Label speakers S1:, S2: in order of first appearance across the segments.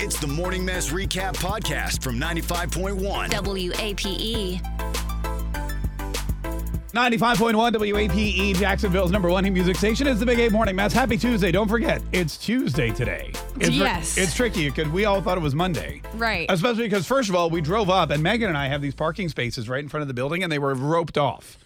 S1: It's the Morning Mess Recap Podcast from 95.1.
S2: E.
S3: WAPE.
S4: 95.1 WAPE, E, Jacksonville's number one hit music station is the Big Eight Morning Mass. Happy Tuesday. Don't forget, it's Tuesday today. It's ri-
S5: Yes.
S4: it's tricky because we all thought it was Monday.
S5: Right.
S4: Especially because, first of all, we drove up and Megan and I have these parking spaces right in front of the building and they were roped off.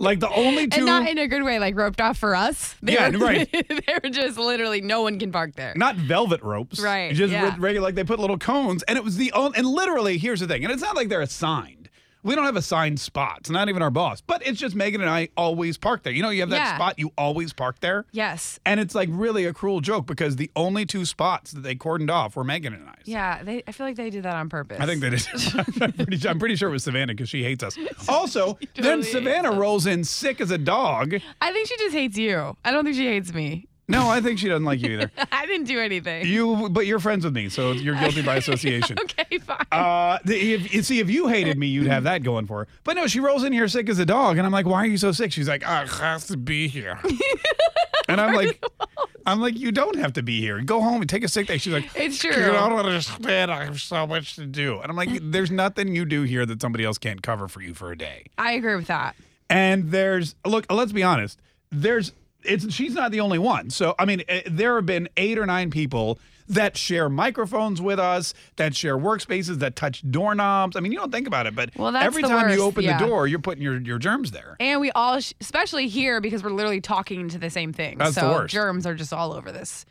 S4: like the only two.
S5: and not in a good way, like roped off for us.
S4: Yeah,
S5: were,
S4: right.
S5: they were just literally no one can park there.
S4: not velvet ropes,
S5: Right,
S4: Just
S5: yeah.
S4: re- regular, like they put little cones, and it was the only. And literally, here's the thing, and it's not like they're assigned. We don't have assigned spots, not even our boss. But it's just Megan and I always park there. You know, you have that
S5: Yeah.
S4: spot you always park there.
S5: Yes.
S4: And it's like really a cruel joke because the only two spots that they cordoned off were Megan and I's.
S5: Yeah, they, I feel like they did that on purpose.
S4: I think that is. I'm pretty, sure- I'm pretty sure it was Savannah because she hates us. Also, then
S5: totally hates
S4: Savannah rolls in sick as a dog.
S5: I think she just hates you. I don't think she hates me.
S4: No, I think she doesn't like you either.
S5: I didn't do anything.
S4: You, but you're friends with me, so you're guilty by association.
S5: okay, fine.
S4: Uh, the- if, you see, if you hated me, you'd have that going for her. But no, she rolls in here sick as a dog, and I'm like, "Why are you so sick?" She's like, "I have to be here," and I'm like, "I'm like, you don't have to be here. Go home and take a sick day." She's like,
S5: It's
S4: "You
S5: true."
S4: don't understand. I have so much to do," and I'm like, "There's nothing you do here that somebody else can't cover for you for a day."
S5: I agree with that.
S4: And there's look, let's be honest. There's it's she's not the only one. So I mean, eh, there have been eight or nine people that share microphones with us, that share workspaces, that touch doorknobs. I mean, you don't think about it, but
S5: Well, that's
S4: every
S5: the
S4: time you
S5: worst,
S4: open
S5: yeah.
S4: the door, you're putting your, your germs there.
S5: And we all, sh- especially here, because we're literally talking to the same thing.
S4: That's the
S5: so
S4: worst.
S5: germs are just all over this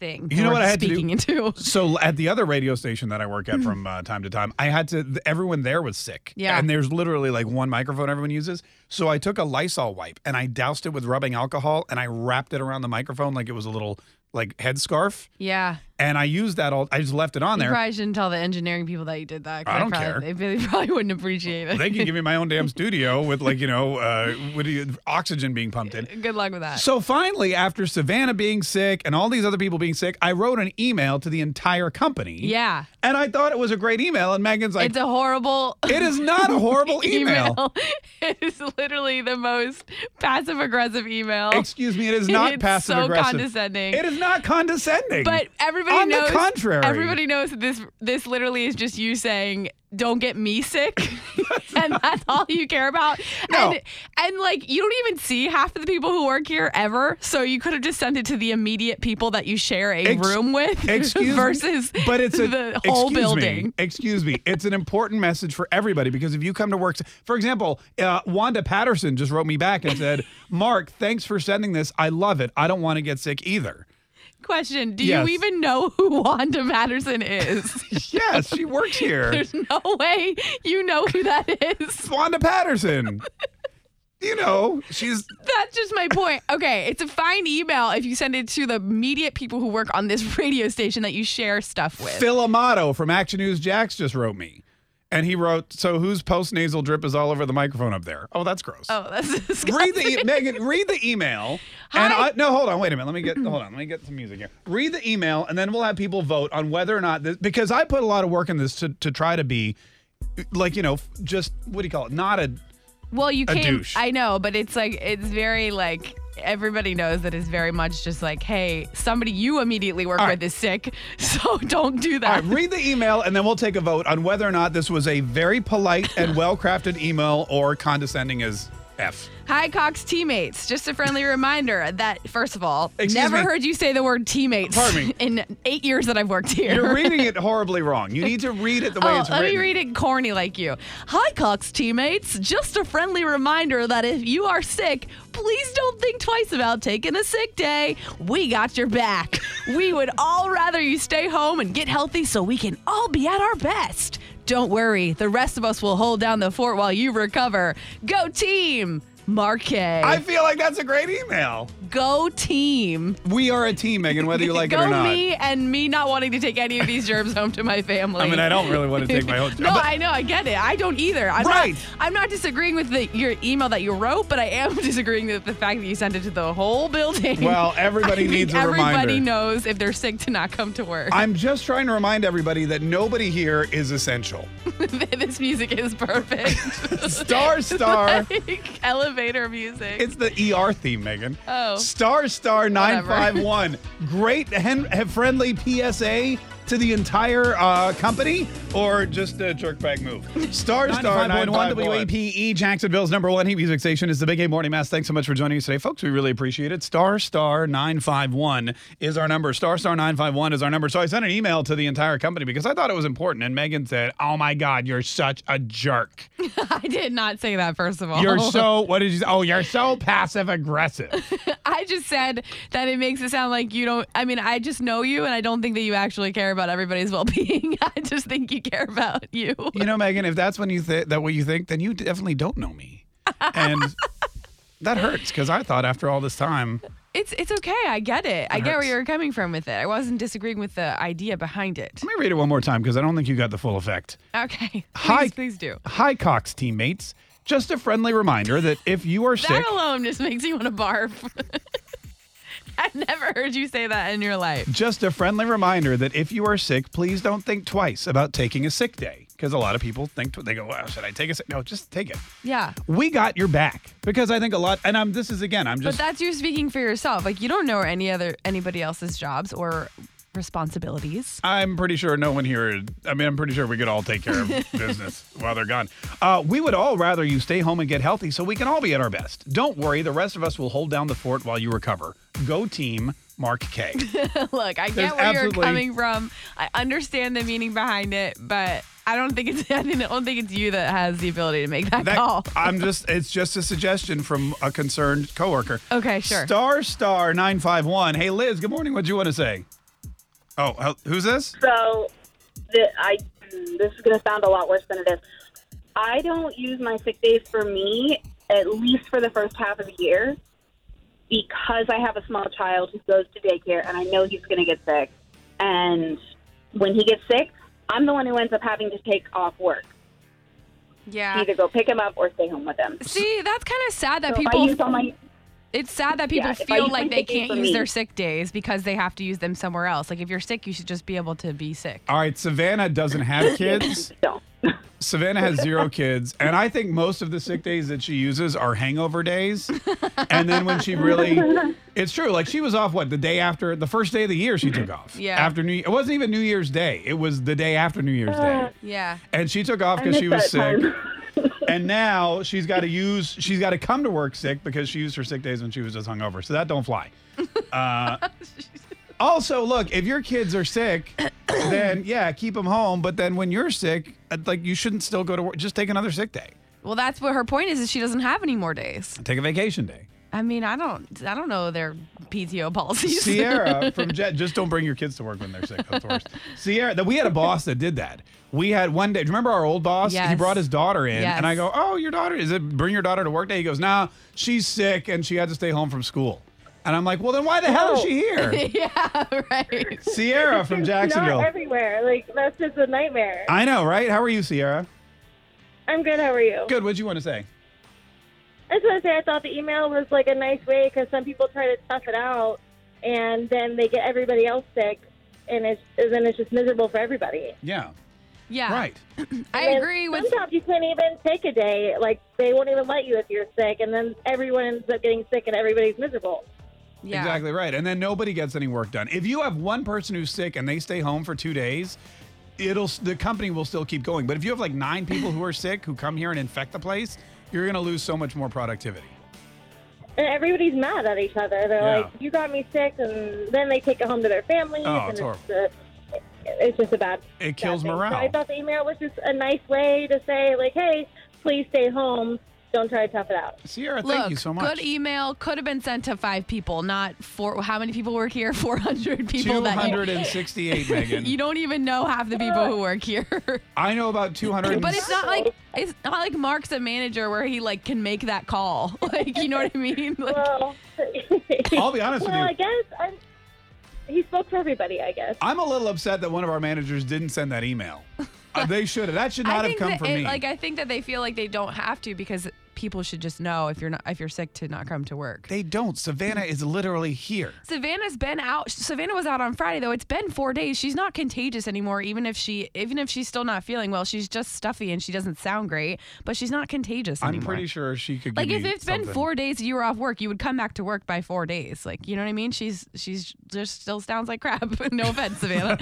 S5: thing.
S4: You know
S5: we're
S4: what I had to do?
S5: speaking into.
S4: So at the other radio station that I work at from uh, time to time, I had to. th- Everyone there was sick.
S5: Mm-hmm. Yeah.
S4: And there's literally like one microphone everyone uses. So I took a Lysol wipe and I doused it with rubbing alcohol and I wrapped it around the microphone like it was a little like headscarf.
S5: Yeah.
S4: and I used that all. I just left it on
S5: You
S4: there.
S5: probably shouldn't tell the engineering people that you did that. 'cause
S4: I don't
S5: probably,
S4: care.
S5: They really probably wouldn't appreciate it.
S4: they can give me my own damn studio with like you know, uh, what do you, oxygen being pumped in.
S5: Good luck with that.
S4: So finally, after Savannah being sick and all these other people being sick, I wrote an email to the entire company.
S5: yeah.
S4: and I thought it was a great email, and Megan's like,
S5: it's a horrible
S4: "It is not a horrible email."
S5: email. It is literally the most passive aggressive email.
S4: Excuse me, it is not
S5: It's
S4: passive
S5: so
S4: aggressive.
S5: condescending.
S4: It is not condescending.
S5: but everybody
S4: on
S5: knows.
S4: the contrary,
S5: Everybody knows that this this literally is just you saying, "Don't get me sick," and that's all you care about.
S4: No.
S5: And and like you don't even see half of the people who work here ever, so you could have just sent it to the immediate people that you share a
S4: Ex-
S5: room with.
S4: Excuse
S5: versus
S4: me, but it's a,
S5: the whole
S4: excuse
S5: building.
S4: Me, excuse me, it's an important message for everybody because if you come to work, for example, uh, Wanda Patterson just wrote me back and said, "Mark, thanks for sending this. I love it. I don't want to get sick either."
S5: Question: Do
S4: Yes.
S5: you even know who Wanda Patterson is?
S4: Yes, she works here.
S5: There's no way you know who that is.
S4: It's Wanda Patterson. You know, she's
S5: That's just my point. Okay, it's a fine email if you send it to the immediate people who work on this radio station that you share stuff with.
S4: Phil Amato from Action News Jax just wrote me. And he wrote, "So whose postnasal drip is all over the microphone up there?" Oh, that's gross.
S5: oh, that's disgusting.
S4: read the e- Megan. Read the email. And I, no, hold on. Wait a minute. Let me get. Hold on. Let me get some music here. Read the email, and then we'll have people vote on whether or not this. Because I put a lot of work in this to to try to be, like you know, f- just what do you call it? Not a.
S5: well, you
S4: a
S5: can't.
S4: douche.
S5: I know, but it's like it's very like everybody knows that it's very much just like, hey, somebody you immediately work
S4: All right.
S5: with is sick, so don't do
S4: All right.
S5: that.
S4: Read the email, and then we'll take a vote on whether or not this was a very polite and well crafted email or condescending as f.
S5: Hi, Cox teammates. Just a friendly reminder that, first of all,
S4: Excuse
S5: never
S4: me.
S5: heard you say the word teammates
S4: Pardon me.
S5: in eight years that I've worked here.
S4: You're reading it horribly wrong. You need to read it the way
S5: Oh,
S4: it's
S5: let
S4: written.
S5: me read it corny like you. Hi, Cox teammates. Just a friendly reminder that if you are sick, please don't think twice about taking a sick day. We got your back. we would all rather you stay home and get healthy so we can all be at our best. Don't worry, the rest of us will hold down the fort while you recover. Go team! Marquez.
S4: I feel like that's a great email.
S5: Go team.
S4: We are a team, Megan, whether you like it
S5: Go
S4: or not.
S5: me and me not wanting to take any of these germs home to my family.
S4: I mean, I don't really want to take my own.
S5: No,
S4: but-
S5: I know. I get it. I don't either. I'm
S4: Right.
S5: Not, I'm not disagreeing with the, your email that you wrote, but I am disagreeing with the fact that you sent it to the whole building.
S4: Well, everybody
S5: I think
S4: needs a
S5: everybody
S4: reminder.
S5: knows if they're sick to not come to work.
S4: I'm just trying to remind everybody that nobody here is essential.
S5: this music is perfect.
S4: Star, star.
S5: Like elevator music.
S4: It's the ER theme, Megan.
S5: Oh.
S4: Star Star nine five one. Great hen- eh, friendly PSA to the entire uh, company, or just a jerkbag move. Star Star nine one WAPe E, Jacksonville's number one heat music station is the Big A Morning Mass. Thanks so much for joining us today, folks. We really appreciate it. Star Star nine five one is our number. Star Star nine five one is our number. So I sent an email to the entire company because I thought it was important, and Megan said, "Oh my God, you're such a jerk."
S5: I did not say that, first of all.
S4: You're so what did you? Oh, you're so passive aggressive.
S5: I just said that it makes it sound like you don't. I mean, I just know you, and I don't think that you actually care about everybody's well being. I just think you care about you.
S4: You know, Megan, if that's when you th- that what you think, then you definitely don't know me, and that hurts because I thought after all this time,
S5: It's it's okay. I get it. I get where
S4: hurts.
S5: you're coming from with it. I wasn't disagreeing with the idea behind it.
S4: let me read it one more time because I don't think you got the full effect.
S5: Okay. Please,
S4: Hi,
S5: please do.
S4: Hi, Cox teammates. Just a friendly reminder that if you are sick,
S5: That alone just makes you want to barf. I've never heard you say that in your life.
S4: just a friendly reminder that if you are sick, please don't think twice about taking a sick day because a lot of people think tw- they go, "Wow, should I take a sick?" No, just take it.
S5: Yeah.
S4: We got your back because I think a lot, and I'm. This is again, I'm
S5: But
S4: just
S5: that's you speaking for yourself. Like you don't know any other anybody else's jobs or responsibilities.
S4: I'm pretty sure no one here. I mean, I'm pretty sure we could all take care of business while they're gone. Uh, we would all rather you stay home and get healthy so we can all be at our best. Don't worry, the rest of us will hold down the fort while you recover. Go team, Mark K.
S5: Look, I
S4: There's
S5: get where you're
S4: absolutely-
S5: coming from. I understand the meaning behind it, but I don't think it's I don't think it's you that has the ability to make that, call.
S4: I'm just. It's just a suggestion from a concerned coworker.
S5: Okay, sure.
S4: Star star nine five one. Hey Liz, good morning. What'd you want to say? Oh, hel- who's this?
S3: So, the, I this is going to sound a lot worse than it is. I don't use my sick days for me, at least for the first half of the year, because I have a small child who goes to daycare, and I know he's going to get sick. And when he gets sick, I'm the one who ends up having to take off work,
S5: Yeah.
S3: either go pick him up or stay home with him.
S5: Ah. See, that's kind of sad that
S3: So if I
S5: people
S3: use all my
S5: It's sad that people
S3: Yeah, if I
S5: feel
S3: use
S5: like
S3: my
S5: they
S3: sick days
S5: can't
S3: for
S5: use
S3: me-
S5: their sick days because they have to use them somewhere else. Like if you're sick, you should just be able to be sick.
S4: All right, Savannah doesn't have kids.
S3: don't.
S4: Savannah has zero kids, and I think most of the sick days that she uses are hangover days. And then when she really, it's true. Like she was off what the day after the first day of the year she took off.
S5: Yeah.
S4: After New, it wasn't even New Year's Day. It was the day after New Year's Day,
S5: Yeah.
S4: and she took off
S3: Uh, I
S4: because she was
S3: miss
S4: sick.
S3: that time.
S4: And now she's got to use, she's got to come to work sick because she used her sick days when she was just hungover. So that don't fly. Uh, also, look, if your kids are sick, then yeah, keep them home. But then when you're sick, uh, like you shouldn't still go to work. Just take another sick day.
S5: Well, that's what her point is. Is she doesn't have any more days.
S4: Take a vacation day.
S5: I mean, I don't. I don't know their PTO policies.
S4: Sierra from Jet, just don't bring your kids to work when they're sick. That's the worst. Sierra, that we had a boss that did that. We had one day. do you Remember our old boss? He
S5: Yes.
S4: brought his daughter in,
S5: Yes.
S4: and I go, "Oh, your daughter is it? Bring your daughter to work day." He goes, "Nah, she's sick, and she had to stay home from school." And I'm like, "Well, then why the hell is she
S5: Oh.
S4: here?"
S5: yeah. Right.
S4: Sierra from Jacksonville.
S6: Not everywhere. Like that's just a nightmare.
S4: I know, right? How are you, Sierra?
S6: I'm good. How are you?
S4: Good. What'd you want to say?
S6: I just want to say I thought the email was like a nice way because some people try to tough it out, and then they get everybody else sick, and it's and then it's just miserable for everybody.
S4: Yeah,
S5: Yeah.
S4: right.
S5: I
S6: And
S5: agree with.
S6: Sometimes you can't even take a day. Like they won't even let you if you're sick, and then everyone ends up getting sick, and everybody's miserable.
S5: Yeah.
S4: Exactly right. And then nobody gets any work done. If you have one person who's sick and they stay home for two days, it'll the company will still keep going. But if you have like nine people who are sick who come here and infect the place, you're gonna lose so much more productivity.
S6: And everybody's mad at each other. They're
S4: Yeah.
S6: like, "You got me sick," and then they take it home to their families.
S4: Oh,
S6: and
S4: it's
S6: just a- it's just a bad.
S4: It kills
S6: bad thing. So
S4: morale.
S6: I thought the email was just a nice way to say, like, "Hey, please stay home." Don't try to tough it out.
S4: Sierra,
S5: Look,
S4: thank you so much.
S5: good email could have been sent to five people, not four. How many people work here? 400 people that you,
S4: 268, Megan.
S5: you don't even know half the people who work here.
S4: I know about 200.
S5: But it's not like it's not like Mark's a manager where he like can make that call. Like you know what I mean? Like,
S6: Well,
S4: I'll be honest with
S6: well,
S4: you.
S6: I guess I'm, he spoke for everybody. I guess.
S4: I'm a little upset that one of our managers didn't send that email. Uh, they should have. That should not
S5: I
S4: have
S5: think
S4: come
S5: that
S4: from
S5: it,
S4: me.
S5: like I think that they feel like they don't have to because people should just know if you're not if you're sick to not come to work.
S4: they don't. Savannah is literally here.
S5: Savannah's been out. Savannah was out on Friday though. It's been 4 days. She's not contagious anymore even if she even if she's still not feeling well. She's just stuffy and she doesn't sound great, but she's not contagious
S4: I'm
S5: anymore.
S4: pretty sure she could.
S5: like
S4: give
S5: if
S4: me
S5: it's been
S4: something.
S5: 4 days you were off work, you would come back to work by 4 days. Like, you know what I mean? She's she's just still sounds like crap. no offense, Savannah.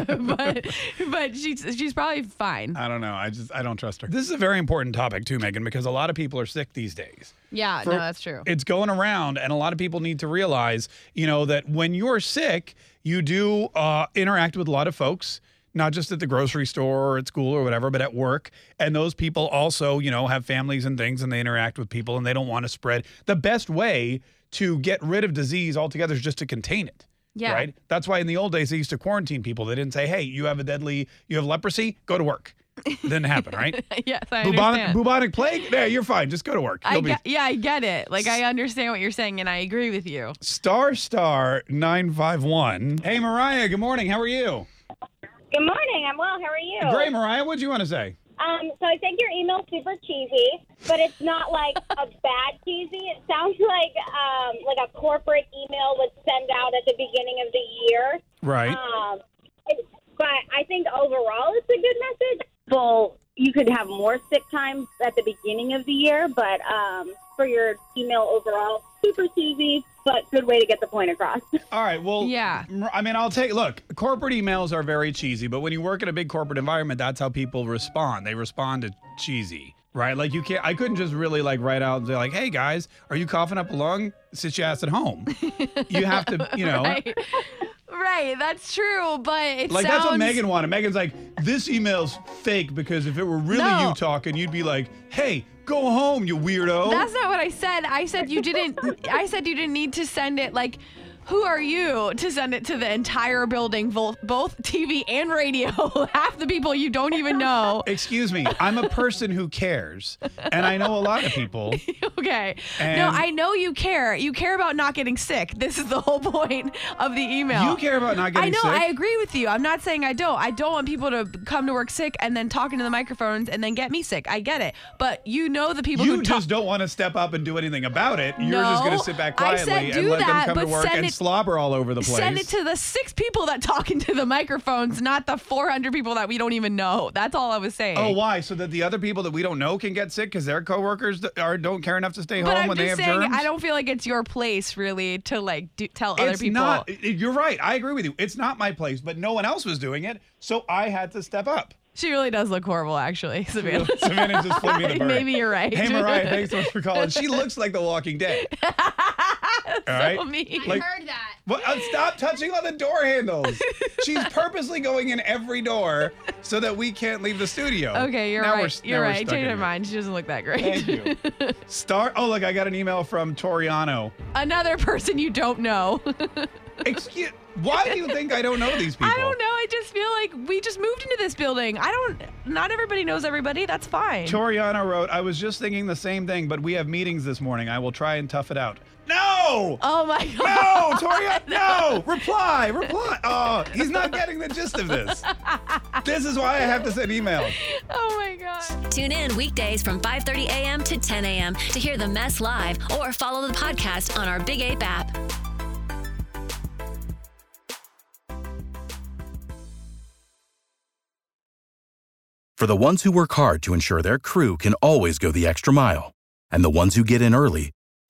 S5: but but she's she's probably fine.
S4: I don't know. I just I don't trust her. This is a very important topic too, Megan, because a lot of people are sick these days.
S5: yeah,
S4: for-
S5: Uh, no, that's true.
S4: It's going around, and a lot of people need to realize, you know, that when you're sick, you do uh, interact with a lot of folks, not just at the grocery store or at school or whatever, but at work. And those people also, you know, have families and things, and they interact with people, and they don't want to spread. The best way to get rid of disease altogether is just to contain it.
S5: Yeah.
S4: Right. That's why in the old days they used to quarantine people. They didn't say, "Hey, you have a deadly, you have leprosy, go to work." Didn't happen, right?
S5: yes, I
S4: bubonic,
S5: understand.
S4: bubonic plague? Yeah, you're fine. Just go to work.
S5: I
S4: You'll be
S5: get, yeah, I get it. Like I understand what you're saying, and I agree with you.
S4: star star 951 hey mariah good morning how are you
S6: Good morning. I'm well. How are you?
S4: great mariah what'd you want to say
S6: Um, so I think your email's super cheesy, but it's not like a bad cheesy. It sounds like um, like a corporate email would send out at the beginning of the year.
S4: right
S6: Um, it- but I think overall it's a good message. Well, you could have more sick time at the beginning of the year, but um, for your email overall, super cheesy, but good way to get the point across.
S4: all right well
S5: Yeah.
S4: Mar- i mean i'll take look corporate emails are very cheesy but when you work in a big corporate environment that's how people respond they respond to cheesy right like you can't i couldn't just really like write out and say like hey guys are you coughing up a lung sit your ass at home you have to you know
S5: Right, right. That's true, but it
S4: Like
S5: sounds
S4: that's what Megan wanted. Megan's like, this email's fake because if it were really
S5: No.
S4: you talking, you'd be like, "Hey, go home, you weirdo."
S5: That's not what I said. I said you didn't. I said you didn't need to send it. Like, who are you to send it to the entire building, both both TV and radio? Half the people you don't even know.
S4: Excuse me, I'm a person who cares, and I know a lot of people.
S5: Okay. no,
S4: And-
S5: I know you care. You care about not getting sick. This is the whole point of the email.
S4: You care about not
S5: I
S4: getting
S5: know.
S4: sick.
S5: I agree with you. I'm not saying I don't. I don't want people to come to work sick and then talk into the microphones and then get me sick. I get it. But you know the people
S4: you
S5: who
S4: just
S5: talk.
S4: don't want to step up and do anything about it. You're just
S5: No,
S4: going to sit back
S5: I
S4: quietly
S5: said
S4: and
S5: do
S4: let them
S5: that,
S4: come
S5: but
S4: to work
S5: send
S4: and
S5: it-
S4: slobber all over the place.
S5: Send it to the six people that talk into the microphones, not the 400 people that we don't even know. That's all I was saying.
S4: Oh, why? So that the other people that we don't know can get sick because their coworkers th- are, don't care enough to stay
S5: but
S4: home
S5: I'm
S4: when
S5: just
S4: they
S5: saying,
S4: have germs.
S5: I don't feel like it's your place really to like do, tell other
S4: it's
S5: people.
S4: not. i- You're right. I agree with you. It's not my place, but no one else was doing it, so I had to step up.
S5: she really does look horrible, actually, Savannah.
S4: Savannah's just flinging the bird.
S5: Maybe you're right.
S4: Hey, Mariah, thanks so much for calling. She looks like The Walking Dead. All right.
S5: mean.
S4: Like-
S2: heard that.
S4: What- uh, stop touching on the door handles. She's purposely going in every door so that we can't leave the studio.
S5: Okay, you're
S4: Now we're
S5: right.
S4: s- now
S5: you're
S4: we're
S5: right.
S4: stuck
S5: Change
S4: in
S5: my
S4: here.
S5: mind. She doesn't look that great.
S4: Thank you. Star. Oh, look, I got an email from Toriano.
S5: Another person you don't know.
S4: Excuse. Why do you think I don't know these people?
S5: I don't know. I just feel like we just moved into this building. I don't. Not everybody knows everybody. That's fine.
S4: Toriano wrote, I was just thinking the same thing, but we have meetings this morning. I will try and tough it out. No!
S5: oh my god.
S4: No, Toriano, no! Reply, reply. Oh, he's not getting the gist of this. This is why I have to send emails.
S5: Oh my god.
S2: Tune in weekdays from 5:30 a.m. to 10 a.m. to hear the mess live or follow the podcast on our Big Ape app.
S7: For the ones who work hard to ensure their crew can always go the extra mile, and the ones who get in early